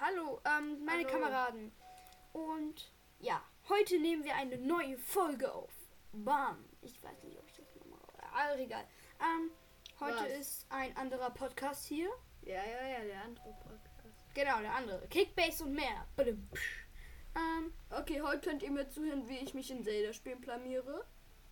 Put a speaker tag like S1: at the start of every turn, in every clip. S1: Hallo, ähm, meine
S2: Hallo.
S1: Kameraden. Und ja, heute nehmen wir eine neue Folge auf. Bam. Ich weiß nicht, ob ich das nochmal. Aber egal. Ähm, heute
S2: Was?
S1: ist ein anderer Podcast hier.
S2: Ja, ja, ja, der andere Podcast.
S1: Genau, der andere. Kickbase und mehr. Badum, psch. Ähm,
S2: Okay, heute könnt ihr mir zuhören, wie ich mich in Zelda-Spielen blamiere.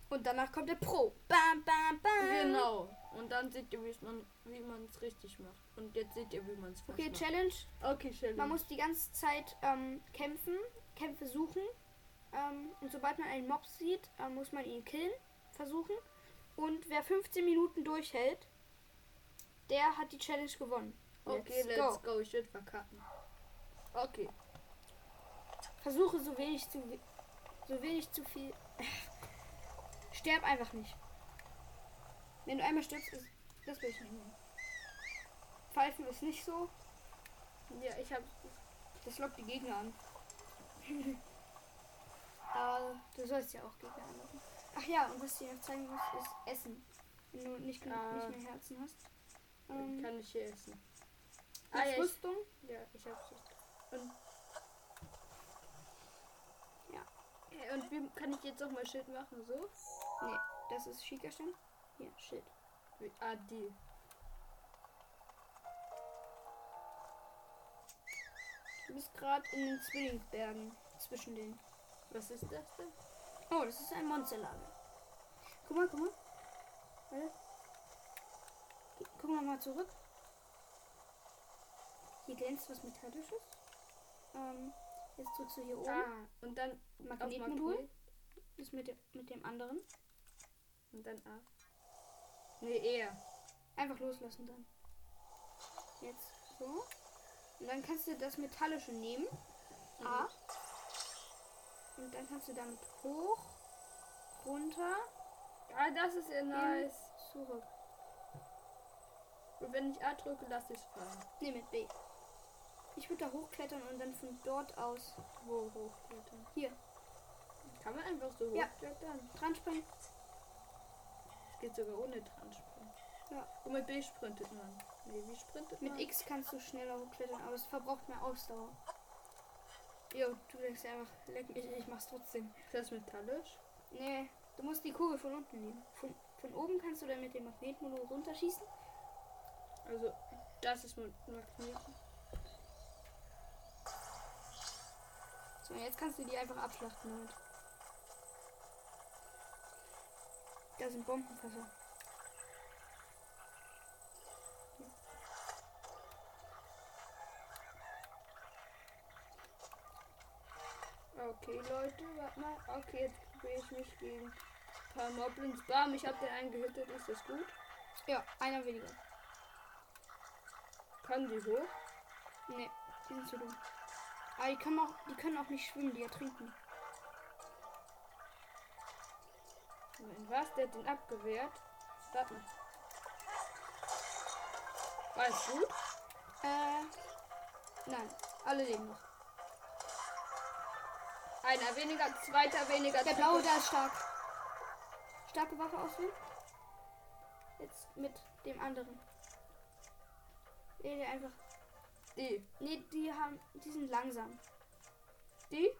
S1: und danach kommt der Pro. Bam, bam, bam.
S2: Genau. Und dann seht ihr, wie's man, wie man es richtig macht. Und jetzt seht ihr, wie man es
S1: Okay,
S2: macht.
S1: Challenge.
S2: Okay, Challenge.
S1: Man muss die ganze Zeit ähm, kämpfen, Kämpfe suchen. Ähm, und sobald man einen Mob sieht, äh, muss man ihn killen, versuchen. Und wer 15 Minuten durchhält, der hat die Challenge gewonnen.
S2: okay, let's, go. Ich werde verkacken. Okay.
S1: Versuche so wenig zu so wenig zu viel. Sterb einfach nicht. Wenn du einmal stirbst, ist, das will ich nicht mehr. Pfeifen ist nicht so.
S2: Ja, ich habe
S1: Das lockt die Gegner an. Aber du sollst ja auch Gegner anlocken. Ach ja, und was ich dir noch zeigen muss, ist Essen. Wenn du nicht, genug-
S2: Ah.
S1: nicht mehr Herzen hast. Ähm,
S2: Kann ich hier essen? Ah,
S1: ah,
S2: ja, ich,
S1: Rüstung.
S2: ja, ich hab's. Und.
S1: Ja.
S2: Äh, Und wie kann ich jetzt auch mal Schild machen? So?
S1: Nee, das ist Schiekerstein. Hier, Schild.
S2: Wie, ah, die.
S1: Du bist gerade in den Zwillingsbergen zwischen denen.
S2: Was ist das denn?
S1: Oh, das ist ein Monsterlager. Guck mal, guck mal. Warte. Gu- Gucken wir mal zurück. Hier glänzt was Metallisches. Ähm, jetzt drückst du hier oben.
S2: Ah, und dann
S1: Magnetmodul. Das mit, dem- mit dem anderen.
S2: Und dann A. Nee, E. eher.
S1: Einfach loslassen dann. Jetzt so. Und dann kannst du das Metallische nehmen. A. Und dann kannst du damit hoch, runter,
S2: Ah, das ist ja nice.
S1: zurück.
S2: Und wenn ich A drücke, lasse ich es fallen.
S1: Ne, mit B. Ich würde da hochklettern und dann von dort aus
S2: Wo hochklettern?
S1: Hier.
S2: Kann man einfach so
S1: Ja.
S2: hochklettern?
S1: dran springen.
S2: Es geht sogar ohne Transpringen.
S1: Ja.
S2: Und mit B sprintet man. Nee, wie sprintet
S1: Mit
S2: man?
S1: X kannst du schneller hochklettern, aber es verbraucht mehr Ausdauer. Jo, du denkst einfach, leck mich, ich mach's trotzdem.
S2: Ist das metallisch?
S1: Nee, du musst die Kugel von unten nehmen. Von, von oben kannst du dann mit dem Magnetmodul runterschießen.
S2: Also, das ist mit Magneten.
S1: So, und jetzt kannst du die einfach abschlachten damit. Da sind Bombenfässer.
S2: Okay, Leute, warte mal. Okay, jetzt probiere ich mich gegen ein paar Moblins. Bam, ich habe den einen gehittet. Ist das gut?
S1: Ja, einer weniger.
S2: Kann die hoch?
S1: Nee, die sind zu dumm. Aber die können auch, die können auch nicht schwimmen, die ertrinken.
S2: Nein, was? Der hat den abgewehrt? Warte mal. War es gut?
S1: Äh, nein, alle leben noch.
S2: Einer weniger, zweiter weniger.
S1: Der
S2: dritter-
S1: blaue da ist stark. Starke Waffe auswählen. Jetzt mit dem anderen. Nee, der einfach.
S2: Die.
S1: Nee, die haben. Die sind langsam.
S2: Die?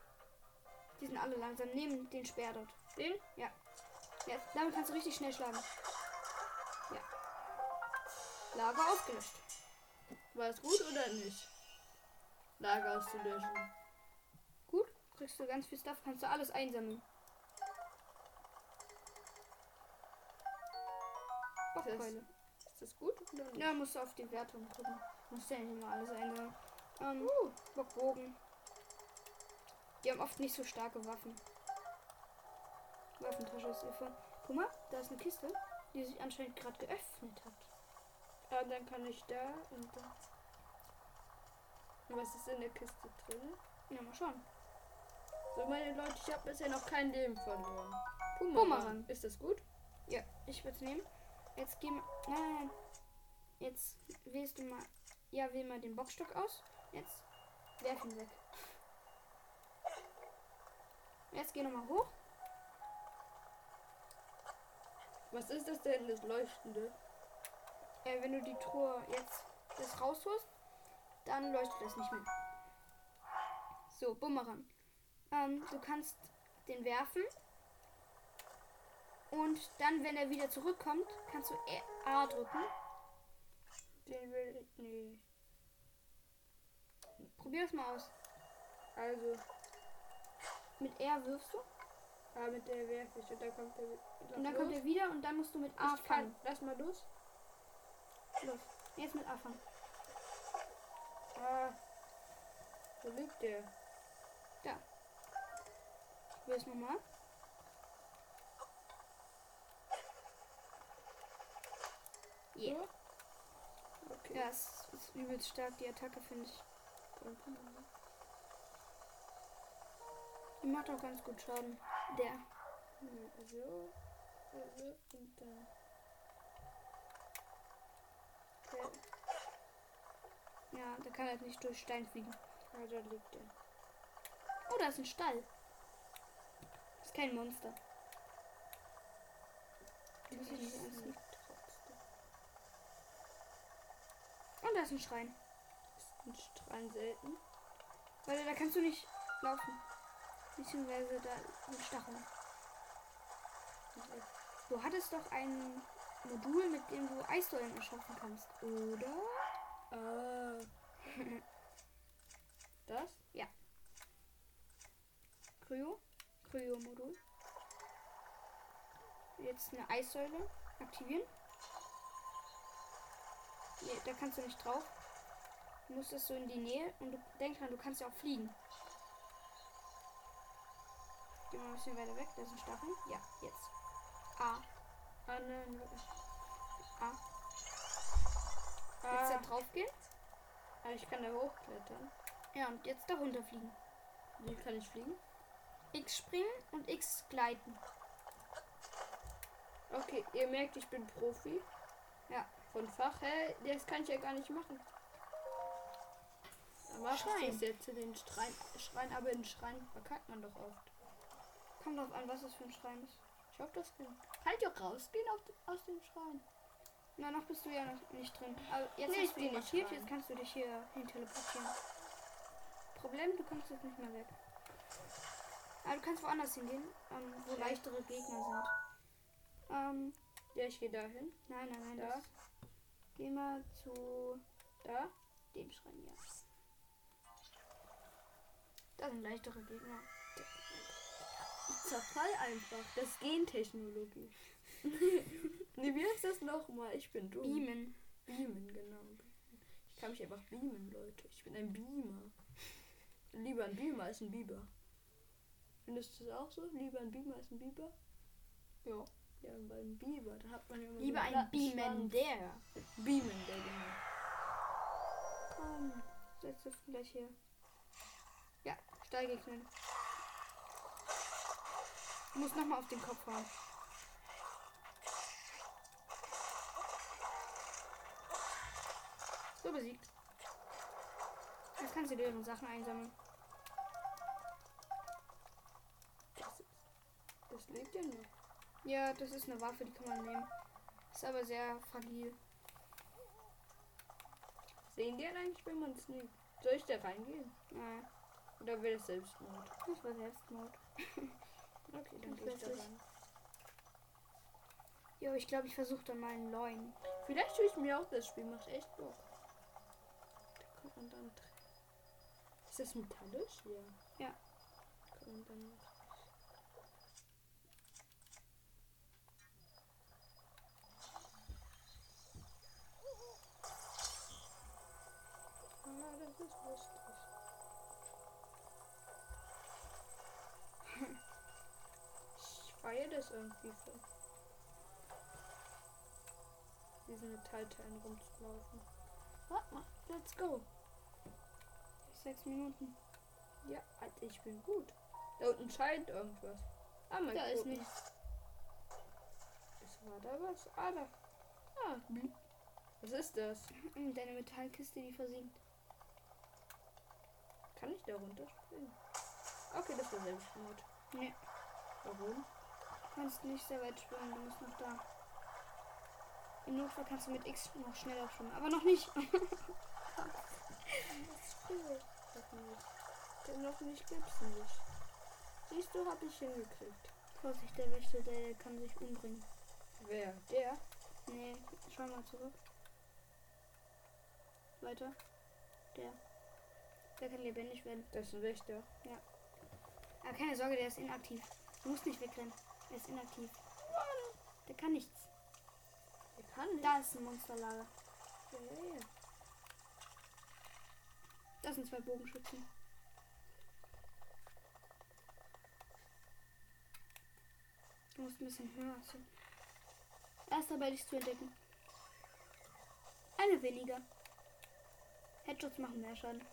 S1: Die sind alle langsam. Nehmen den Speer dort.
S2: Den?
S1: Ja, damit kannst du richtig schnell schlagen. Ja. Lager ausgelöscht.
S2: War es gut oder nicht? Lager auszulöschen.
S1: Gut. Kriegst du ganz viel Stuff, kannst du alles einsammeln. Bockkeule.
S2: Ist das gut oder nicht?
S1: Ja, musst du auf die Wertung gucken. Musst du ja nicht immer alles einsammeln. Ähm,
S2: Uh.
S1: Bockbogen. Die haben oft nicht so starke Waffen. Waffentasche ist ihr voll. Guck mal, da ist eine Kiste, die sich anscheinend gerade geöffnet hat.
S2: Ah, dann kann ich da und da. Und Was ist in der Kiste drin?
S1: Ja, mal schauen.
S2: So, meine Leute, ich habe bisher noch kein Leben verloren.
S1: Bumerang.
S2: Ist das gut?
S1: Ja, ich würde es nehmen. Jetzt geh mal. Nein, nein, nein. Jetzt wählst du mal. Ja, wähl mal den Boxstock aus. Jetzt werf ihn weg. Jetzt geh nochmal hoch.
S2: Was ist das denn, das Leuchtende?
S1: Äh, wenn du die Truhe jetzt das rausholst, dann leuchtet das nicht mehr. So, Bumerang. Ähm, du kannst den werfen. Und dann, wenn er wieder zurückkommt, kannst du E- A drücken.
S2: Den will ich. Nee.
S1: Probier das mal aus.
S2: Also,
S1: Mit R wirfst du.
S2: ah, mit der werfe ich und dann kommt der.
S1: Und dann kommt er wieder und dann musst du mit A
S2: Ah, kann.
S1: fangen.
S2: Lass mal los.
S1: Los. Jetzt mit A fangen.
S2: Ah. Wo liegt der?
S1: Probier es nochmal. Yeah.
S2: So? Okay.
S1: Ja, es ist übelst stark, die Attacke, finde ich. Die macht auch ganz gut Schaden. Der.
S2: So. Also, und dann. Okay.
S1: Ja, der kann halt nicht durch Stein fliegen.
S2: Ah, da liegt er.
S1: Oh, da ist ein Stall. Ist kein Monster. Ich weiß nicht, wie das
S2: Trotzdem.
S1: liegt. Und Oh, da ist ein Schrein.
S2: Ist ein Strand selten.
S1: Weil da kannst du nicht laufen. Beziehungsweise da sind Stacheln. Du hattest doch ein Modul, mit dem du Eissäulen erschaffen kannst, oder?
S2: Ah. Das?
S1: Kryo? Kryo-Modul. Jetzt eine Eissäule aktivieren. Nee, da kannst du nicht drauf. Du musst das so in die Nähe und du, denk dran, du kannst ja auch fliegen. Geh mal ein bisschen weiter weg, da ist ein Stachel. Ja, jetzt. A.
S2: Ah, nein.
S1: Ah. Jetzt da
S2: Ah.
S1: drauf gehen.
S2: ah, ich kann da hochklettern.
S1: Ja, und jetzt da runter fliegen.
S2: Wie kann ich fliegen?
S1: X springen und X gleiten.
S2: Okay, ihr merkt, ich bin Profi.
S1: Ja.
S2: Von Fach her, das kann ich ja gar nicht machen. Aber
S1: Schrein.
S2: Schrein. jetzt in den Schrein, Schrein, aber in Schrein verkackt man doch oft.
S1: Kommt drauf an, was das für ein Schrein ist.
S2: Ich hoffe, das kann. Kann ich auch rausgehen auf, aus dem Schrein?
S1: Na, noch bist du ja noch nicht drin. Aber jetzt
S2: Nee, ich
S1: hast du
S2: bin
S1: ihn
S2: nicht
S1: markiert,
S2: dran.
S1: jetzt kannst du dich hier hin teleportieren. Problem, du kommst jetzt nicht mehr weg. Aber du kannst woanders hingehen, ähm, wo
S2: Ja.
S1: leichtere Gegner sind. Ähm,
S2: Ja, ich gehe dahin.
S1: nein, nein, nein,
S2: Da.
S1: das. Geh mal zu
S2: Da.
S1: dem Schrein hier. Da sind leichtere Gegner.
S2: Ich zerfall einfach. Das ist Gentechnologie. nee, wie heißt das nochmal? Ich bin dumm.
S1: Beamen.
S2: Beamen, genau. Ich kann mich einfach beamen, Leute. Ich bin ein Beamer. Lieber ein Beamer als ein Biber. Findest du das auch so? Lieber ein Beamer als ein Biber?
S1: Ja.
S2: Ja, weil ein Biber, da hat man ja immer
S1: Lieber
S2: so einen
S1: ein
S2: glatten
S1: Beamen
S2: Schwanz.
S1: der.
S2: Beamen, der genau.
S1: Komm, setz dich gleich hier. Ja, steige ich hin. Du musst nochmal auf den Kopf hauen. So besiegt. Jetzt kannst du dir deren Sachen einsammeln.
S2: Das, ist, das lebt ja noch.
S1: Ja, das ist eine Waffe, die kann man nehmen. Ist aber sehr fragil.
S2: Sehen die eigentlich, wenn man es nimmt? Soll ich da reingehen?
S1: Nein,
S2: Oder will es selbst nicht?
S1: das war Selbstmord.
S2: Okay, dann
S1: Ich
S2: gehe ich da
S1: weiß
S2: rein.
S1: Jo, ich glaube, ich versuche dann mal einen neuen.
S2: Vielleicht tue ich mir auch das Spiel, macht echt Bock. Da kommt man dann drin. Ist das metallisch? Ja.
S1: Ja.
S2: Kann man dann noch. Ah, das ist lustig. Ich feiere das irgendwie so. Diesen Metallteilen rumzulaufen. Warte mal, let's go.
S1: Sechs Minuten.
S2: Ja, Alter, ich bin gut. Da unten scheint irgendwas. Ah, mal
S1: Da ist
S2: gucken.
S1: nichts.
S2: Es war da was? Ah, da. Ah, blub.
S1: Hm.
S2: Was ist das?
S1: Und Deine Metallkiste, die versinkt.
S2: Kann ich da runterspringen? Okay, das war Selbstmord.
S1: Nee.
S2: Warum?
S1: kannst nicht sehr weit schwimmen, du musst noch da. Im Notfall kannst du mit X noch schneller schwimmen, aber noch nicht.
S2: Das ist cool. Sag mal, Denn hoffentlich gibt's ihn nicht. Siehst du, hab ich hingekriegt.
S1: Vorsicht, der Wächter, der kann sich umbringen.
S2: Wer? Der?
S1: Nee, schau mal zurück. Weiter. Der. Der kann lebendig werden.
S2: Das ist ein Wächter.
S1: Aber keine Sorge, der ist inaktiv. Du musst nicht wegrennen. Er ist inaktiv. Der kann nichts.
S2: Der kann nicht.
S1: Da ist ein Monsterlager.
S2: Ja, ja, ja.
S1: Das sind zwei Bogenschützen. Du musst ein bisschen höher. So. Er ist dabei, dich zu entdecken. Eine weniger. Headshots machen mehr Schaden.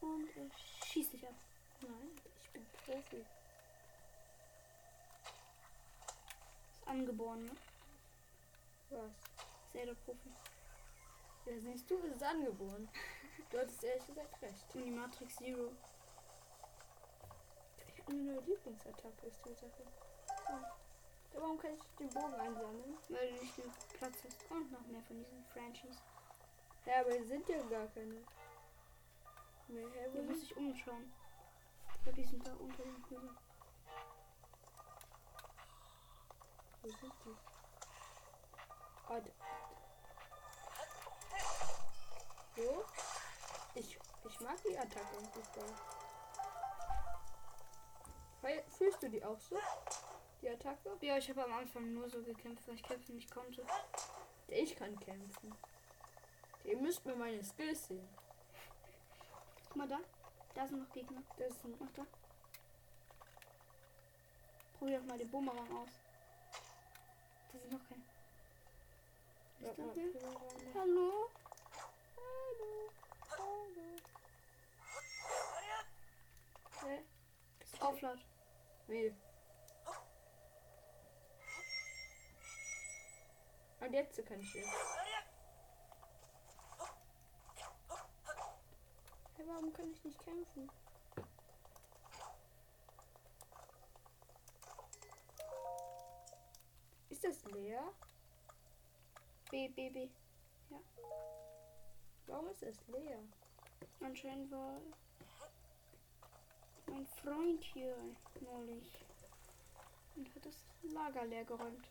S1: Und äh, er schießt dich ab.
S2: Nein, ich bin Profi.
S1: Ist angeboren, ne?
S2: Was?
S1: Sehr der Profi.
S2: Ja, siehst du, es ist angeboren. Du hattest ehrlich gesagt recht.
S1: Und die Matrix Zero.
S2: Ich habe eine neue Lieblingsattacke, ist die Sache. Ah. Ja, Warum kann ich den Bogen einsammeln?
S1: Weil du nicht genug Platz hast. Und noch mehr von diesen Franchises.
S2: Ja, aber hier sind ja gar keine. Nee, hä,
S1: Du
S2: wo
S1: musst
S2: ist
S1: dich umschauen. Ich glaube, die sind da unter den Häusern.
S2: Wo sind die? Ah, da. So? Ich, ich mag die Attacke im Fußball. Weil- Fühlst du die auch so? Die Attacke?
S1: Ja, ich habe am Anfang nur so gekämpft, weil ich kämpfen nicht konnte.
S2: Ich kann kämpfen. Ihr müsst mir meine Skills sehen.
S1: Guck mal da. Da sind noch Gegner.
S2: Das ist ein
S1: Mach da. Probier doch mal den Bumerang aus. Da sind noch keine.
S2: Ja,
S1: Ist da
S2: ja.
S1: wer? Hallo?
S2: Hallo. Hallo. Hä?
S1: Bist du auflaut?
S2: Nee. Und jetzt kann ich ihn. Hey, warum kann ich nicht kämpfen? Ist das leer?
S1: B, B, B.
S2: Warum ist das leer?
S1: Anscheinend war mein Freund hier neulich und hat das Lager leer geräumt.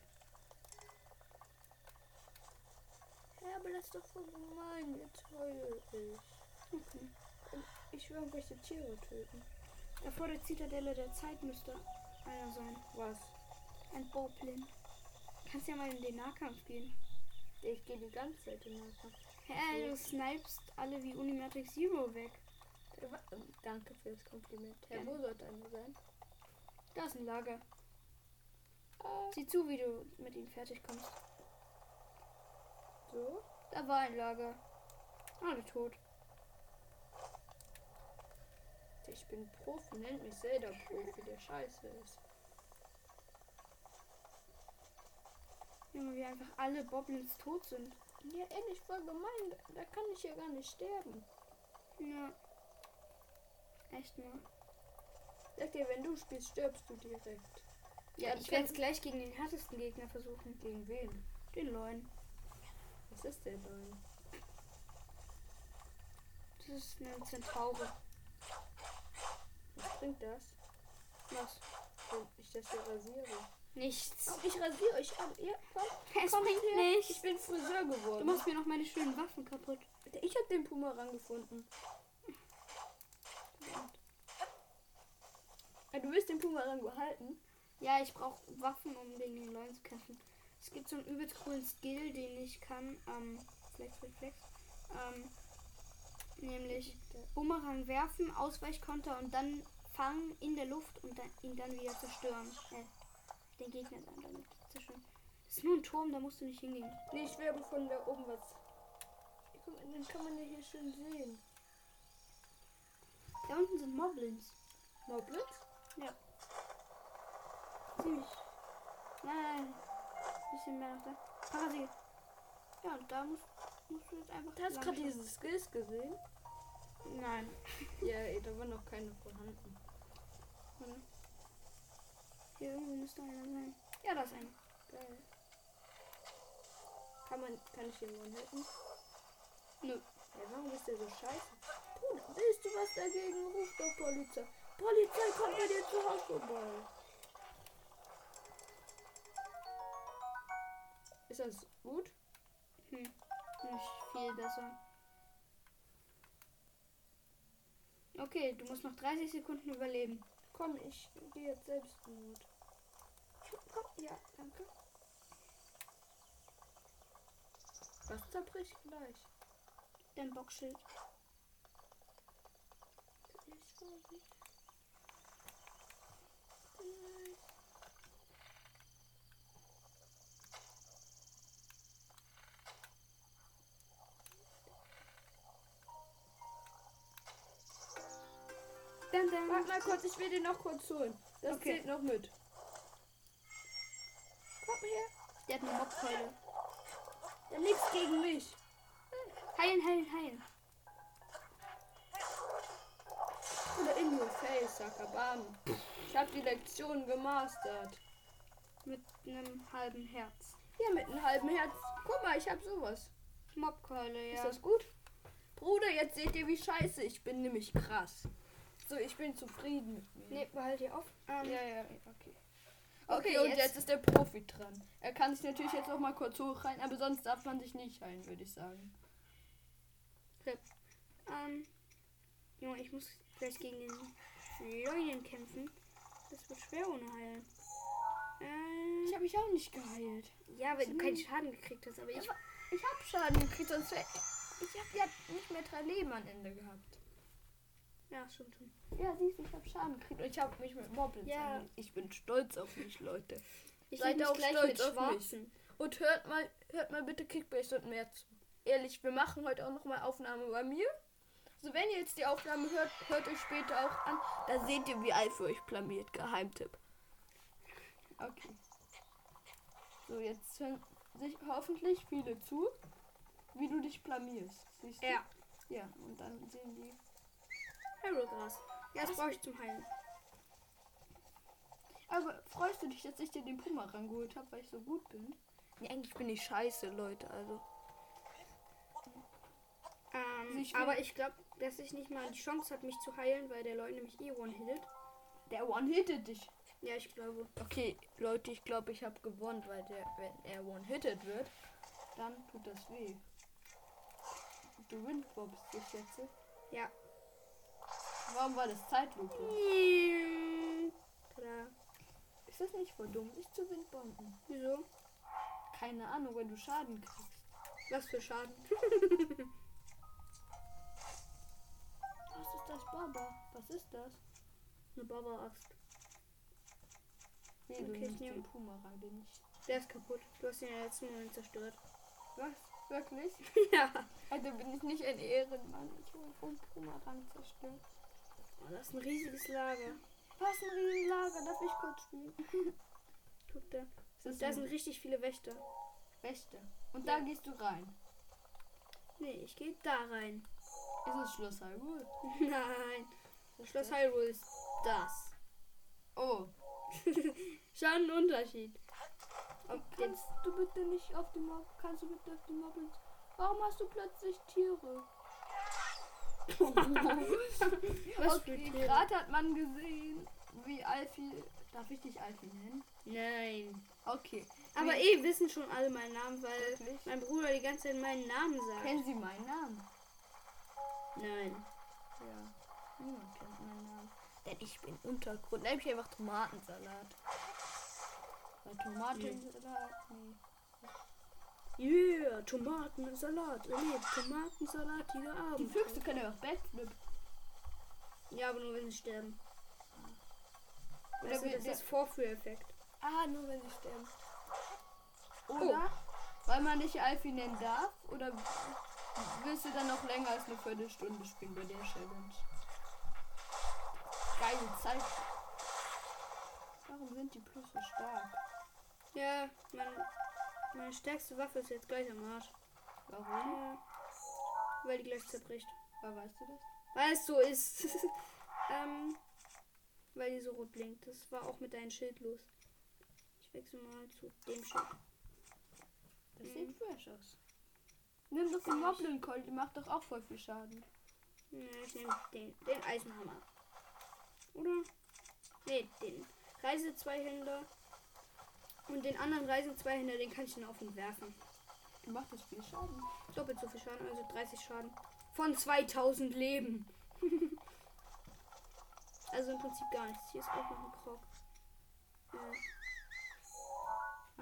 S2: Hä, aber das ist doch so gemein. Jetzt heule ich.
S1: Okay.
S2: Ich will irgendwelche Tiere töten.
S1: Da vor der Zitadelle der Zeit müsste einer sein.
S2: Was?
S1: Ein Boblin. Kannst ja mal in den Nahkampf gehen.
S2: Ich gehe die ganze Zeit in den Kampf.
S1: Hä, du snipest alle wie Unimatrix Zero weg.
S2: Äh, wa- ähm, Danke für das Kompliment.
S1: Gerne.
S2: wo sollte einer sein?
S1: Da ist ein Lager.
S2: Ah,
S1: Sieh zu, wie du mit ihm fertig kommst.
S2: so.
S1: Da war ein Lager. Alle tot.
S2: Ich bin Profi, nennt mich Zelda Profi, der scheiße ist.
S1: Junge, wie einfach alle Boblins tot sind.
S2: Ja, ehrlich, voll gemein. Da- Da kann ich ja gar nicht sterben.
S1: Ja. Echt ne? mal.
S2: Sag dir, wenn du spielst, stirbst du direkt.
S1: Ja,
S2: Ja,
S1: ich
S2: ich
S1: werde es
S2: kann-
S1: gleich gegen den härtesten Gegner versuchen.
S2: Gegen wen?
S1: Den Leuen.
S2: Was ist der denn?
S1: Das ist eine Zentaure.
S2: Was bringt das,
S1: Was?
S2: wenn ich das hier rasiere?
S1: Nichts.
S2: Komm, ich rasiere euch ab. Ihr, komm,
S1: Es
S2: komm
S1: bringt
S2: her. Ich
S1: nichts.
S2: bin Friseur geworden.
S1: Du machst mir noch meine schönen Waffen kaputt.
S2: Ich habe den Puma rangefunden. Ah, Du willst den Puma rangehalten?
S1: Ja, ich brauche Waffen, um gegen den Leuen zu kämpfen. Es gibt so einen übelst coolen Skill, den ich kann. Ähm, flex, flex, flex. Ähm, nämlich Bumerang werfen, Ausweichkonter und dann fangen in der Luft und dann, ihn dann wieder zerstören. Äh, den Gegner dann damit zerstören. Das ist nur ein Turm, da musst du nicht hingehen.
S2: Nee, ich werbe von da oben was. Guck mal, Dann kann man ja hier schön sehen.
S1: Da unten sind Moblins.
S2: Moblins?
S1: Ziemlich. Nein, nein, nein. Bisschen mehr nach da. Parasit. Ja, und da musst, musst du jetzt einfach.
S2: Du hast
S1: lang
S2: gerade
S1: schauen.
S2: diese Skills gesehen?
S1: Nein.
S2: Ja, ey, da waren noch keine vorhanden.
S1: Oder? Hier irgendwo müsste einer sein. Ja, da ist einer.
S2: Geil. Kann man, kann ich den Mann halten?
S1: Nö.
S2: Ja, warum ist der so scheiße? Puh, Willst du was dagegen? Ruf doch Polizei. Polizei kommt bei dir zu Hause vorbei. Ist das gut?
S1: Hm. Nicht viel besser. Okay, du musst noch 30 Sekunden überleben.
S2: Komm, ich gehe jetzt Selbstmord.
S1: Komm, ja, danke.
S2: Was zerbricht gleich?
S1: Dein Boxschild. Dann, dann.
S2: Warte mal kurz, ich will den noch kurz holen. Das
S1: Okay.
S2: zählt noch mit.
S1: Komm her. Der hat eine Mobkeule.
S2: Ja, nichts gegen mich.
S1: Heilen, heilen, heilen.
S2: Oder in your face, Sucker. Bam. Ich habe die Lektion gemastert.
S1: Mit einem halben Herz.
S2: Ja, mit einem halben Herz. Guck mal, ich habe sowas.
S1: Mobkeule, ja.
S2: Ist das gut? Bruder, jetzt seht ihr, wie scheiße ich bin, nämlich krass. So, ich bin zufrieden mit mir.
S1: Nee, behalt die auf. Ähm,
S2: Ja, ja, okay. Okay,
S1: Okay,
S2: und
S1: jetzt-
S2: jetzt. ist der Profi dran. Er kann sich natürlich jetzt noch mal kurz hochheilen, aber sonst darf man sich nicht heilen, würde ich sagen.
S1: Ähm, Junge, ich muss gleich gegen den Leuen kämpfen. Das wird schwer ohne Heilen. Ähm,
S2: Ich habe mich auch nicht geheilt.
S1: ja, weil du keinen Schaden gekriegt hast, Hm. aber ich.
S2: Aber- Ich habe Schaden gekriegt, sonst wär, ich habe ja nicht mehr drei Leben am Ende gehabt.
S1: Ja, stimmt schon.
S2: Ja, siehst du, ich habe Schaden gekriegt und ich habe mich mit Moblins
S1: Ja.
S2: angelegt. Ich bin stolz auf mich, Leute.
S1: Ich
S2: Seid
S1: leg mich
S2: auch
S1: gleich
S2: stolz
S1: mit
S2: auf mich.
S1: Schwarzen.
S2: Und hört mal, hört mal bitte Kickbase und mehr zu. Ehrlich, wir machen heute auch nochmal Aufnahme bei mir. Also wenn ihr jetzt die Aufnahme hört, hört euch später auch an. Da seht ihr, wie Alf euch blamiert. Geheimtipp. Okay. So, jetzt hören sich hoffentlich viele zu, wie du dich blamierst. Siehst du?
S1: Ja,
S2: Ja, und dann sehen die.
S1: Harrowgras. Ja, das brauche ich zum Heilen.
S2: Aber freust du dich, dass ich dir den Puma rangeholt habe, weil ich so gut bin? Nee, eigentlich bin ich scheiße, Leute. Also.
S1: Ähm,
S2: Ich will-
S1: aber ich glaube, dass ich nicht mal die Chance hat, mich zu heilen, weil der Leuen nämlich eh one-hitted.
S2: Der One-Hitted dich.
S1: Ja, ich glaube.
S2: Okay, Leute, ich glaube, ich habe gewonnen, weil der, wenn er one-hitted wird, dann tut das weh. Du windbobbst dich jetzt.
S1: Ja.
S2: Warum war das Zeitlupe?
S1: Tada.
S2: Ist das nicht voll dumm, sich zu windbomben?
S1: Wieso?
S2: Keine Ahnung, wenn du Schaden kriegst.
S1: Was für Schaden.
S2: Was ist das, Baba? Was ist das?
S1: Eine Baba-Axt.
S2: Nee, du
S1: Okay, ich
S2: nimmst
S1: nehm-
S2: den Pumarang, den ich...
S1: Der ist kaputt. Du hast ihn ja letzten Moment zerstört.
S2: Was? Wirklich?
S1: ja.
S2: Also bin ich nicht ein Ehrenmann. Ich wurde vom Pumarang zerstört.
S1: Oh, das ist ein riesiges Lager.
S2: Was ein Riesenlager, darf ich kurz spielen?
S1: Guck da.
S2: Das ist
S1: Da sind richtig viele Wächter.
S2: Wächter. Und
S1: Ja.
S2: da gehst du rein.
S1: Nee, ich gehe da rein.
S2: Ist es Schloss Hyrule?
S1: Nein. Schloss Hyrule ist das.
S2: Oh.
S1: Schau einen Unterschied. Ob jetzt
S2: Kannst du bitte nicht auf die Mob... Kannst du bitte auf die Mobbins... Warum hast du plötzlich Tiere?
S1: was
S2: okay,
S1: für Tiere?
S2: gerade hat man gesehen, wie Alfie... Darf ich dich Alfie nennen?
S1: Nein.
S2: Okay.
S1: Aber
S2: Wie-
S1: eh wissen schon alle meinen Namen, weil
S2: Wirklich?
S1: mein Bruder die ganze Zeit meinen Namen sagt.
S2: Kennen Sie meinen Namen?
S1: Nein.
S2: Ja. Niemand kennt meinen Namen. Denn ich bin Untergrund. Nenn mich einfach Tomatensalat. Weil Tomatensalat... Nee.
S1: Yeah, Tomatensalat. Nee, Tomatensalat hier
S2: Die
S1: Abend.
S2: Füchse können ja auch Backflip.
S1: Ja, aber nur wenn sie sterben.
S2: Oder
S1: Weißt du,
S2: wir-
S1: das
S2: wir-
S1: ist Vorführeffekt.
S2: Ah, nur wenn sie sterben. Oh. Oder? Weil man dich Alfie nennen darf? Oder willst du dann noch länger als eine Viertelstunde spielen bei der Challenge? Geile Zeit. Warum sind die plus so stark?
S1: Ja, mein, meine stärkste Waffe ist jetzt gleich am Arsch.
S2: Warum?
S1: Ja, weil die gleich zerbricht.
S2: Weil weißt du das?
S1: Weil es so ist. ähm, weil die so rot blinkt. Das war auch mit deinem Schild los. Ich wechsle mal zu dem Schild.
S2: Das
S1: Mhm.
S2: Mhm. sieht fresh aus. Nimm doch die
S1: Find ich.
S2: Moblin Colt, die macht doch auch voll viel Schaden.
S1: Ja, ich nehme den, den Eisenhammer. Oder? Ne, den Reisezweihänder. Und den anderen Reisezweihänder, den kann ich dann auf ihn werfen.
S2: Du machst das viel Schaden.
S1: Doppelt so viel Schaden, also 30 Schaden. Von 2000 Leben. also im Prinzip gar nichts. Hier ist auch noch ein Krog. Ja.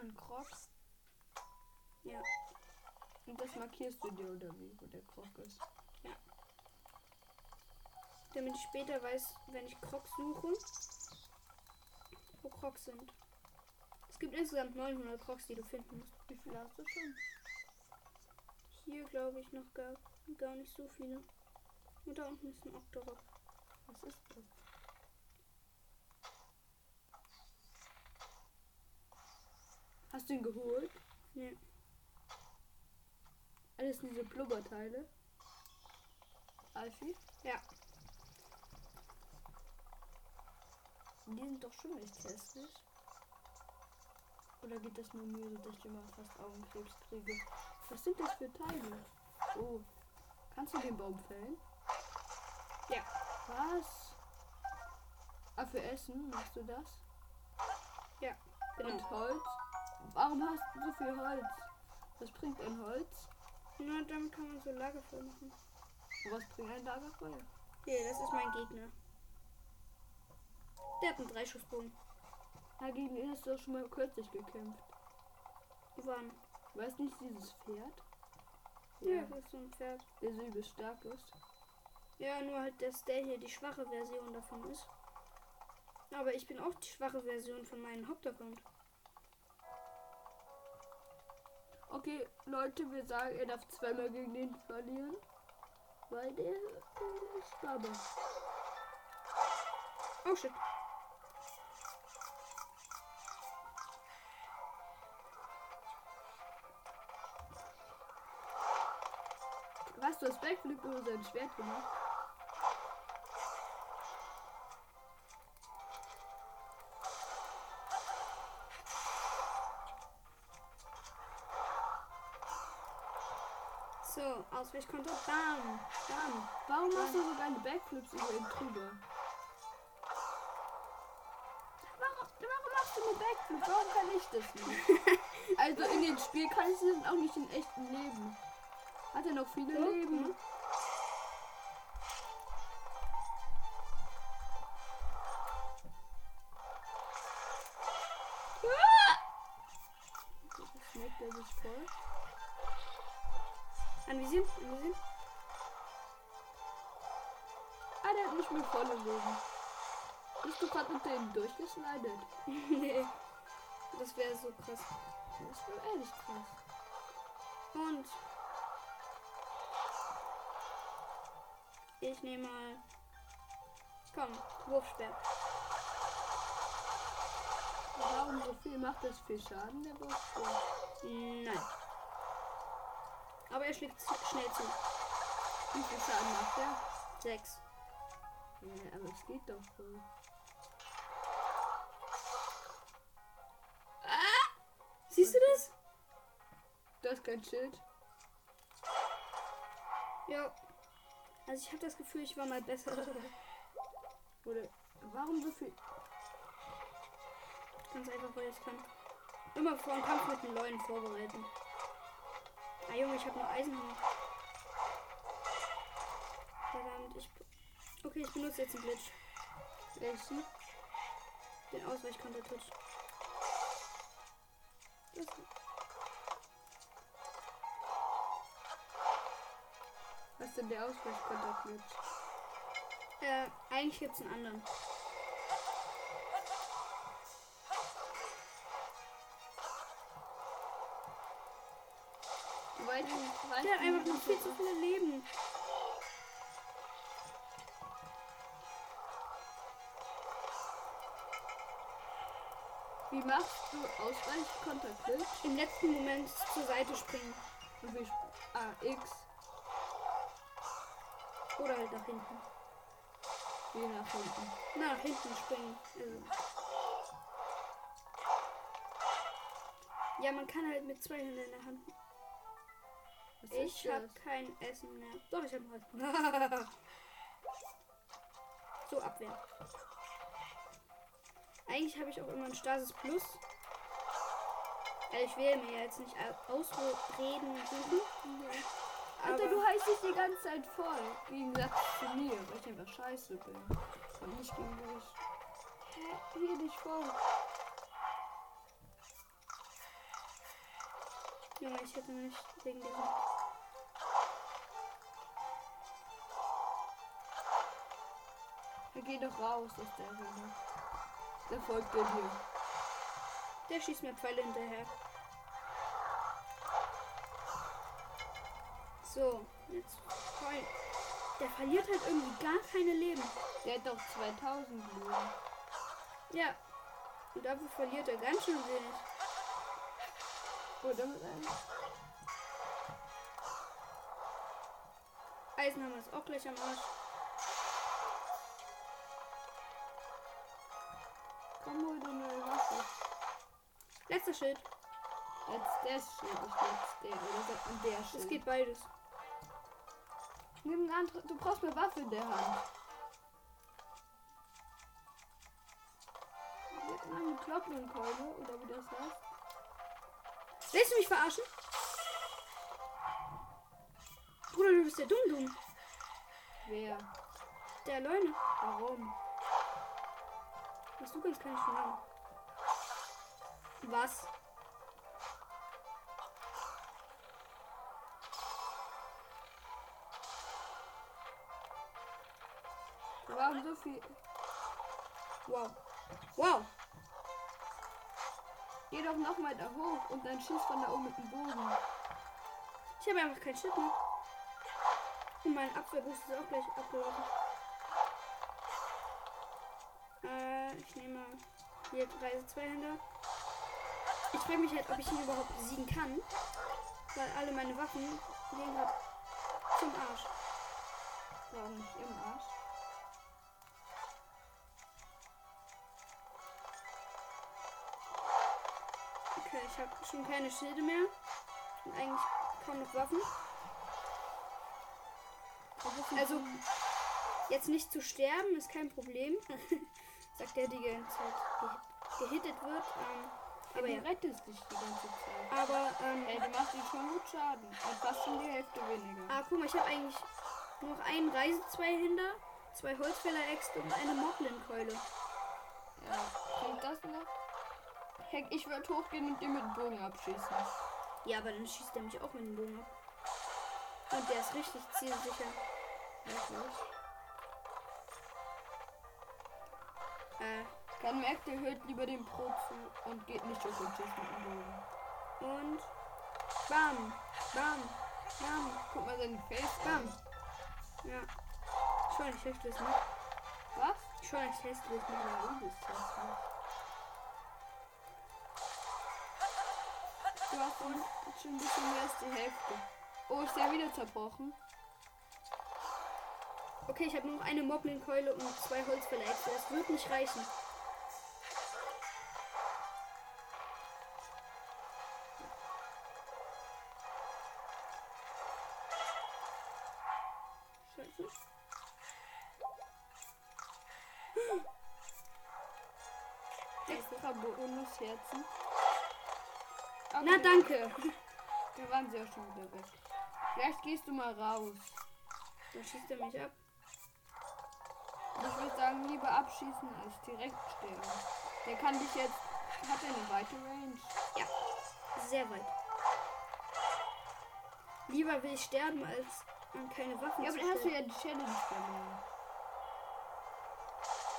S2: Ein Krog.
S1: ja.
S2: Und das markierst du dir oder wie, wo der Krog ist.
S1: Damit ich später weiß, wenn ich Crocs suche, wo Crocs sind. Es gibt insgesamt 900 Crocs, die du finden musst.
S2: Wie viel hast du schon?
S1: Hier glaube ich noch gar, gar nicht so viele. Und da unten ist ein Octorok.
S2: Was ist das? Hast du ihn geholt?
S1: Nee.
S2: Alles sind diese Blubberteile. Alfie?
S1: Ja.
S2: Die sind doch schon echt hässlich. Oder geht das nur mir, so, dass ich immer fast Augenkrebs kriege? Was sind das für Teile? Oh. Kannst du den Baum fällen?
S1: Ja.
S2: Was? Ah, für Essen machst du das?
S1: Ja. Genau.
S2: Und Holz? Äh, Warum hast du so viel Holz? Was bringt ein Holz?
S1: Nur damit kann man so Lagerfeuer machen.
S2: Und was bringt ein Lagerfeuer?
S1: Hier, das ist mein Gegner. Der hat einen Dreischussbogen.
S2: Na, gegen den hast du doch schon mal kürzlich gekämpft.
S1: Wann?
S2: Weiß nicht, dieses Pferd?
S1: Ja, das ist so ein Pferd.
S2: Der so übel stark ist.
S1: Ja, nur halt, dass der hier die schwache Version davon ist. Aber ich bin auch die schwache Version von meinem Hauptaccount.
S2: Okay, Leute, wir sagen, er darf zweimal gegen den verlieren. Weil der äh, ist aber.
S1: Oh shit.
S2: Was, du hast Backflip über sein Schwert gemacht?
S1: So, Ausweichkonto. Bam. Bam.
S2: Warum machst du so geile Backflips über ihn drüber? Warum, warum machst du einen Backflip? Warum kann ich das nicht? Also in dem Spiel kann ich das auch nicht im echten Leben. Hat er noch viele
S1: So,
S2: Leben?
S1: mhm.
S2: Schmeckt er sich voll?
S1: Anvisieren. Anvisieren.
S2: Ah, der hat mich mit vollem Leben. Bist du gerade mit dem durchgeslidet?
S1: nee. Das wäre so krass.
S2: Das ist wohl ehrlich krass.
S1: Und ich nehme mal. Komm, Wurfsperr.
S2: Warum so viel macht das viel Schaden, der Wurst?
S1: Nein. Aber er schlägt zu, schnell zu.
S2: Wie viel Schaden macht der?
S1: Sechs.
S2: Ja, aber es geht doch so.
S1: Siehst du das?
S2: Du hast kein Schild.
S1: Ja. Also ich habe das Gefühl, ich war mal besser.
S2: Oder warum so viel?
S1: Ganz einfach, weil ich kann. Immer vor dem Kampf mit den Leuten vorbereiten. Ah Junge, ich habe nur Eisenhammer. Verdammt, ich. Okay, ich benutze jetzt einen Glitch.
S2: Essen?
S1: Den Ausweichkontertutsch. Das
S2: Was ist denn der Ausweichkontakt mit?
S1: Äh, eigentlich gibt's einen anderen.
S2: Du weißt, du weißt
S1: Der hat
S2: du
S1: einfach noch
S2: nicht,
S1: viel zu viele Leben.
S2: Wie machst du Ausweichkontakt mit?
S1: Im letzten Moment zur Seite springen.
S2: Und wie sp- Ah, X,
S1: Oder halt nach hinten.
S2: je nach hinten.
S1: Na, nach hinten springen. Also. Ja, man kann halt mit zwei Händen in der Hand.
S2: Was
S1: Ich
S2: ist
S1: hab
S2: das?
S1: kein Essen mehr. Doch, ich hab noch Essen. So, Abwehr. Eigentlich habe ich auch immer ein Stasis Plus. Also ich will mir jetzt nicht ausreden suchen.
S2: Mhm. Alter,
S1: Aber-
S2: du heißt dich die ganze Zeit voll. Im Gegensatz zu mir, weil ich einfach scheiße bin. Und nicht gegen dich. Hä? Hier dich voll.
S1: Junge, ich hätte nicht wegen diesem.
S2: Dann geh doch raus aus der Arena. Der folgt dir hier.
S1: Der schießt mir Pfeile hinterher. So, jetzt voll. Der verliert halt irgendwie gar keine Leben.
S2: Der hat doch 2000 Blumen.
S1: Ja. Und dafür verliert er ganz schön wenig.
S2: Oh, damit ein.
S1: Eisenhammer ist auch gleich am Arsch.
S2: Komm, hol dir neue Waffe.
S1: Letzter Schild.
S2: Als der Schild, ich jetzt der. Oder sagt man der Schild?
S1: Es geht beides.
S2: Nimm eine andere. Du brauchst eine Waffe in der Hand. Wir hatten eine Glockenkeule, oder wie das heißt.
S1: Willst du mich verarschen? Bruder, du bist der Dumm-Dumm.
S2: Wer?
S1: Der Leune.
S2: Warum?
S1: Was du kannst, kann ich schon machen. Was?
S2: Warum so viel?
S1: Wow. Wow.
S2: Geh doch noch mal da hoch und dann schieß von da oben mit dem Bogen.
S1: Ich habe einfach keinen Schild mehr. Und mein Abwehrboost ist auch gleich abgelaufen. Äh, ich nehme mal hier Reise 2 Händler. Ich frage mich halt, ob ich ihn überhaupt besiegen kann. Weil alle meine Waffen gehen halt zum Arsch.
S2: Warum nicht im Arsch?
S1: Okay, ich habe schon keine Schilde mehr. Und eigentlich kaum noch Waffen. Also, jetzt nicht zu sterben ist kein Problem. Sagt der, die ganze Zeit gehi- gehittet wird. Ähm, aber
S2: aber
S1: ja.
S2: du rettest dich die ganze Zeit.
S1: Aber, ähm,
S2: Ey, du machst ihm schon gut Schaden. Und fast schon die Hälfte weniger.
S1: ah, guck mal, ich habe eigentlich nur noch einen Reise, zwei Hinder, zwei Holzfäller-Äxte und eine Moblin-Keule.
S2: Ja. Kommt das noch? Heck, ich würde hochgehen und dir mit dem Bogen abschießen.
S1: Ja, aber dann schießt er mich auch mit dem Bogen ab. Und der ist richtig zielsicher.
S2: Wirklich?
S1: Äh,
S2: Dann merkt ihr, hört lieber den Pro zu und geht nicht auf den Tisch mit dem Bogen.
S1: und bam, bam, bam.
S2: Guck mal seinen Face
S1: Bam.
S2: an.
S1: Ja. Schon nicht heftig, ne?
S2: Was?
S1: Schon nicht hässlich, ne?
S2: Ja, du bist hässlich. Du hast schon- schon ein bisschen mehr als die Hälfte. Oh, ist der wieder zerbrochen?
S1: Okay, ich habe nur noch eine Moblin-Keule und zwei Holzverletzte. Das wird nicht reichen. Scheiße.
S2: Extra Bonusherzen.
S1: Na
S2: Okay,
S1: danke.
S2: Da waren sie auch schon wieder weg. Vielleicht gehst du mal raus.
S1: Dann schießt er mich ab.
S2: Und Ich würde sagen, lieber abschießen als direkt sterben. Der kann dich jetzt. Hat er eine weite Range?
S1: Sehr weit. Lieber will ich sterben, als an keine Waffen
S2: Ja,
S1: zu
S2: aber dann hast du
S1: sterben.
S2: ja die Challenge verloren.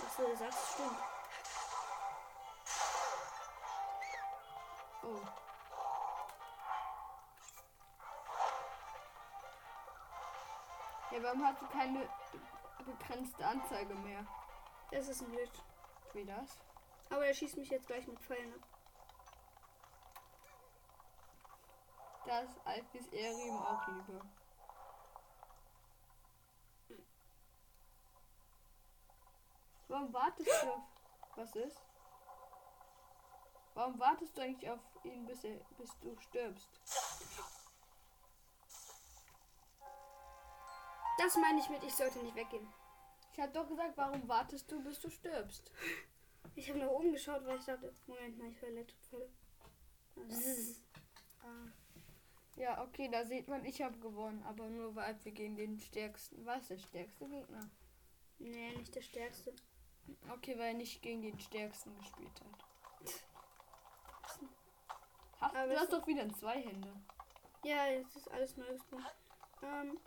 S1: Achso, du sagst, stimmt.
S2: Oh. Ja, warum hast du keine begrenzte Anzeige mehr?
S1: Das ist ein Glitch.
S2: Wie das?
S1: Aber er schießt mich jetzt gleich mit Pfeilen ab.
S2: Das Alpis Erim auch lieber. Warum wartest du auf. Was ist? Warum wartest du eigentlich auf ihn, bis, er, bis du stirbst?
S1: Das meine ich mit, ich sollte nicht weggehen.
S2: Ich hab doch gesagt, warum wartest du, bis du stirbst?
S1: Ich habe nach oben geschaut, weil ich dachte, Moment mal, ich höre Elektrofälle. Ah,
S2: Ja, okay, da sieht man, ich habe gewonnen, aber nur weil wir gegen den stärksten. Was der stärkste Gegner?
S1: nee, nicht der stärkste.
S2: Okay, weil er nicht gegen den stärksten gespielt hat. Hast,
S1: Aber
S2: du
S1: es-
S2: hast doch wieder ein Zweihänder.
S1: Ja, jetzt ist alles neu gespawnt. Ähm,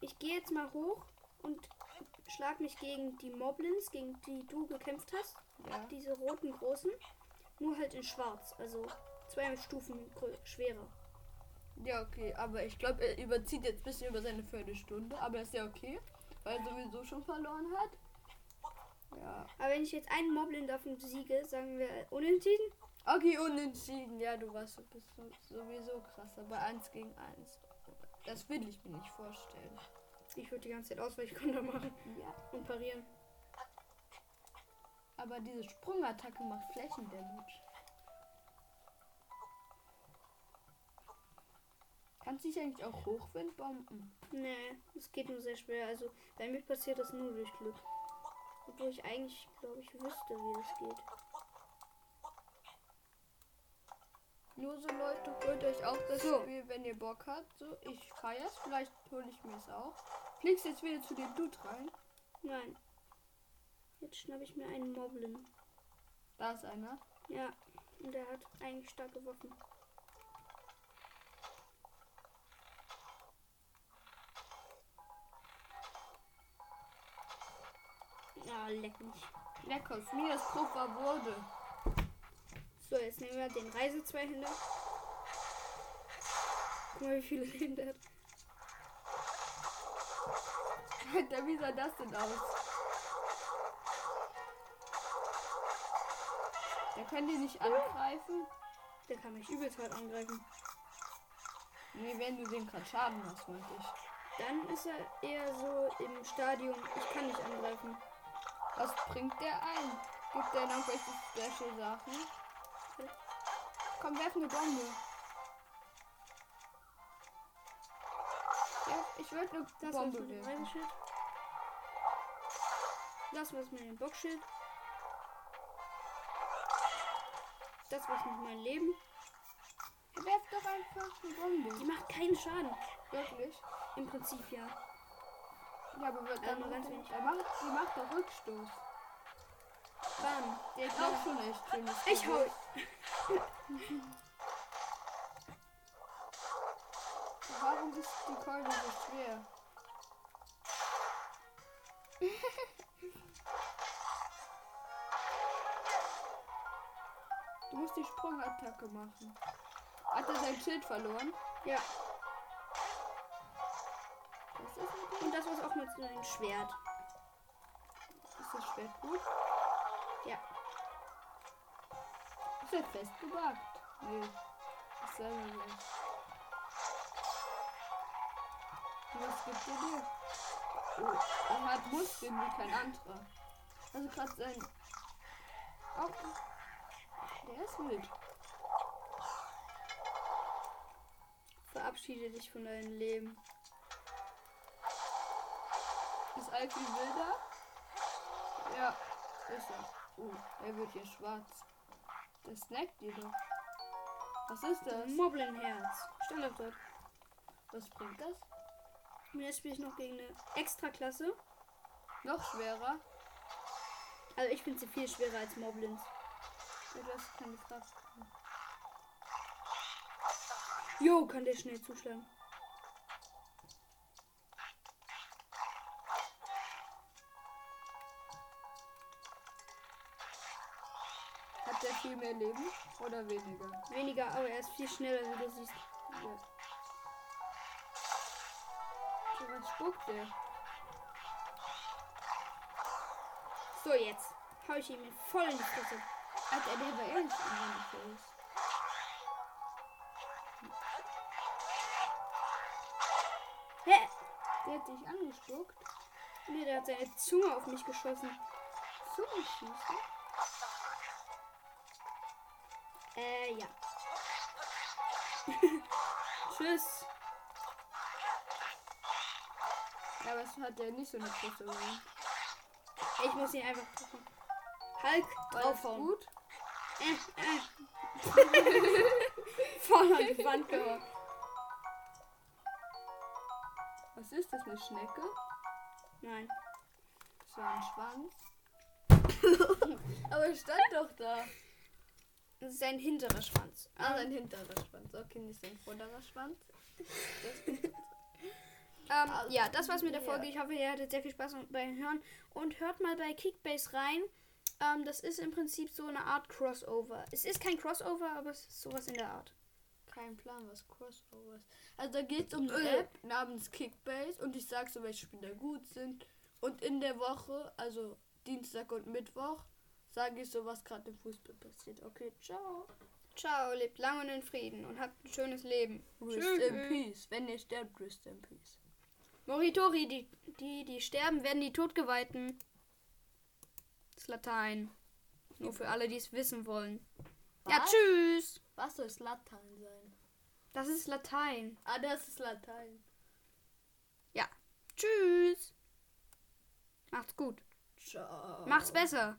S1: ich gehe jetzt mal hoch und schlag mich gegen die Moblins, gegen die du gekämpft hast.
S2: Ja.
S1: Diese roten großen. Nur halt in schwarz, also zwei Stufen grö- schwerer.
S2: Ja, okay, aber ich glaube, er überzieht jetzt ein bisschen über seine Viertelstunde, aber ist ja okay, weil er sowieso schon verloren hat. Ja.
S1: Aber wenn ich jetzt einen Moblin davon siege, sagen wir äh, unentschieden.
S2: Okay, unentschieden. Ja, du warst du bist so- sowieso krass, aber eins gegen eins. Das will ich mir nicht vorstellen.
S1: Ich würde die ganze Zeit Ausweichkonter machen
S2: Ja.
S1: und parieren.
S2: Aber diese Sprungattacke macht Flächendamage. Kannst du dich eigentlich auch Hochwindbomben?
S1: Nee, es geht nur sehr schwer. Also bei mir passiert das nur durch Glück. Obwohl ich eigentlich, glaube ich, wüsste, wie das geht.
S2: Nur so Leute, holt euch auch das
S1: So.
S2: Spiel, wenn ihr Bock habt. So, ich feier's, vielleicht hole ich mir es auch. Fliegst jetzt wieder zu dem Dude rein.
S1: Nein. Jetzt schnappe ich mir einen Moblin.
S2: Da ist einer.
S1: Ja, und der hat eigentlich starke Waffen. Ah, leck mich.
S2: Lecker, mir das Kupfer wurde.
S1: So, jetzt nehmen wir den Reisezweihänder. Guck mal, wie viele Leben der hat.
S2: Alter, wie sah das denn aus? Der kann die nicht angreifen.
S1: Der kann mich übelst hart angreifen.
S2: Nee, wenn du den gerade Schaden hast, meinte ich.
S1: Dann ist er eher so im Stadium, ich kann nicht angreifen.
S2: Was bringt der ein? Gibt der noch welche Special Sachen? Komm, werf eine Bombe. Ja, ich würde eine
S1: Das war's
S2: Bombe
S1: mit dem
S2: werfen.
S1: Reiseschild. Das war's mit dem Boxschild. Das war's mit meinem Leben.
S2: Werf doch einfach eine
S1: Die
S2: Bombe.
S1: macht keinen Schaden.
S2: Wirklich?
S1: Im Prinzip ja.
S2: Ja, aber wird
S1: Ja,
S2: dann
S1: nur ganz wenig.
S2: Er macht, die macht doch Rückstoß.
S1: Bam.
S2: Der ist auch schon echt schönes.
S1: Ich hau.
S2: Warum ist die Keule so schwer? du musst die Sprungattacke machen. Hat er sein Schild verloren?
S1: Ja.
S2: Das ist mit dem.
S1: Und das war's auch mit dem Schwert.
S2: Ist das Schwert gut?
S1: Ja.
S2: Ist das festgebackt? Nee. Ist selber nicht. Was gibt er dir? Oh, er hat Muskeln wie kein anderer. Also gerade sein. Oh. Der ist wild.
S1: Verabschiede dich von deinem Leben.
S2: Ist Alki wilder? Ja, ist er. Oh, er wird hier schwarz. Der snackt die doch. Was ist das?
S1: Moblinherz. Standard dort.
S2: Was bringt das?
S1: Und jetzt spiele ich noch gegen eine Extraklasse.
S2: Noch schwerer?
S1: Also ich finde sie viel schwerer als Moblins.
S2: Ja, das ist keine Frage.
S1: Jo, kann der schnell zuschlagen.
S2: Hat der viel mehr Leben oder weniger?
S1: Weniger, aber er ist viel schneller, wie du siehst.
S2: Ja. So, was spuckt der?
S1: So, jetzt hau ich ihm voll in die Fresse.
S2: Hat er der bei ehrlich in seinem Face?
S1: Hä?
S2: Der hat dich angespuckt?
S1: Nee, der hat seine Zunge auf mich geschossen.
S2: Zungenschießen?
S1: Äh, ja. Tschüss.
S2: Ja, aber es hat ja nicht so eine große Runde.
S1: Ich muss ihn einfach treffen. Hulk
S2: War das
S1: draufhauen.
S2: Gut.
S1: Äh, äh. Voll an die Wand gehauen.
S2: Was ist das, eine Schnecke?
S1: Nein.
S2: Das war ein Schwanz. Aber es stand doch da.
S1: Das ist ein hinterer Schwanz.
S2: Ah, sein hinterer Schwanz. Okay, nicht sein vorderer Schwanz.
S1: Ähm,
S2: Also,
S1: ja, das war's mit der
S2: ja.
S1: Folge. Ich hoffe, ihr hattet sehr viel Spaß beim Hören. Und hört mal bei Kickbase rein. Ähm, das ist im Prinzip so eine Art Crossover. Es ist kein Crossover, aber es ist sowas in der Art.
S2: Kein Plan, was Crossover ist. Also da geht es um eine
S1: Äh.
S2: App namens Kickbase und ich sag so, welche Spieler gut sind. Und in der Woche, also Dienstag und Mittwoch, sage ich so, was gerade im Fußball passiert. Okay, ciao.
S1: Ciao, lebt lange und in Frieden und habt ein schönes Leben.
S2: Rest in Peace. Wenn ihr sterbt, rest in Peace.
S1: Moritori, die, die, die sterben, werden die Todgeweihten. Das ist Latein. Nur für alle, die es wissen wollen. Ja,
S2: Was?
S1: tschüss.
S2: Was soll Slatan sein?
S1: Das ist Latein.
S2: Ah, das ist Latein.
S1: Tschüss. Macht's gut.
S2: Ciao.
S1: Mach's besser.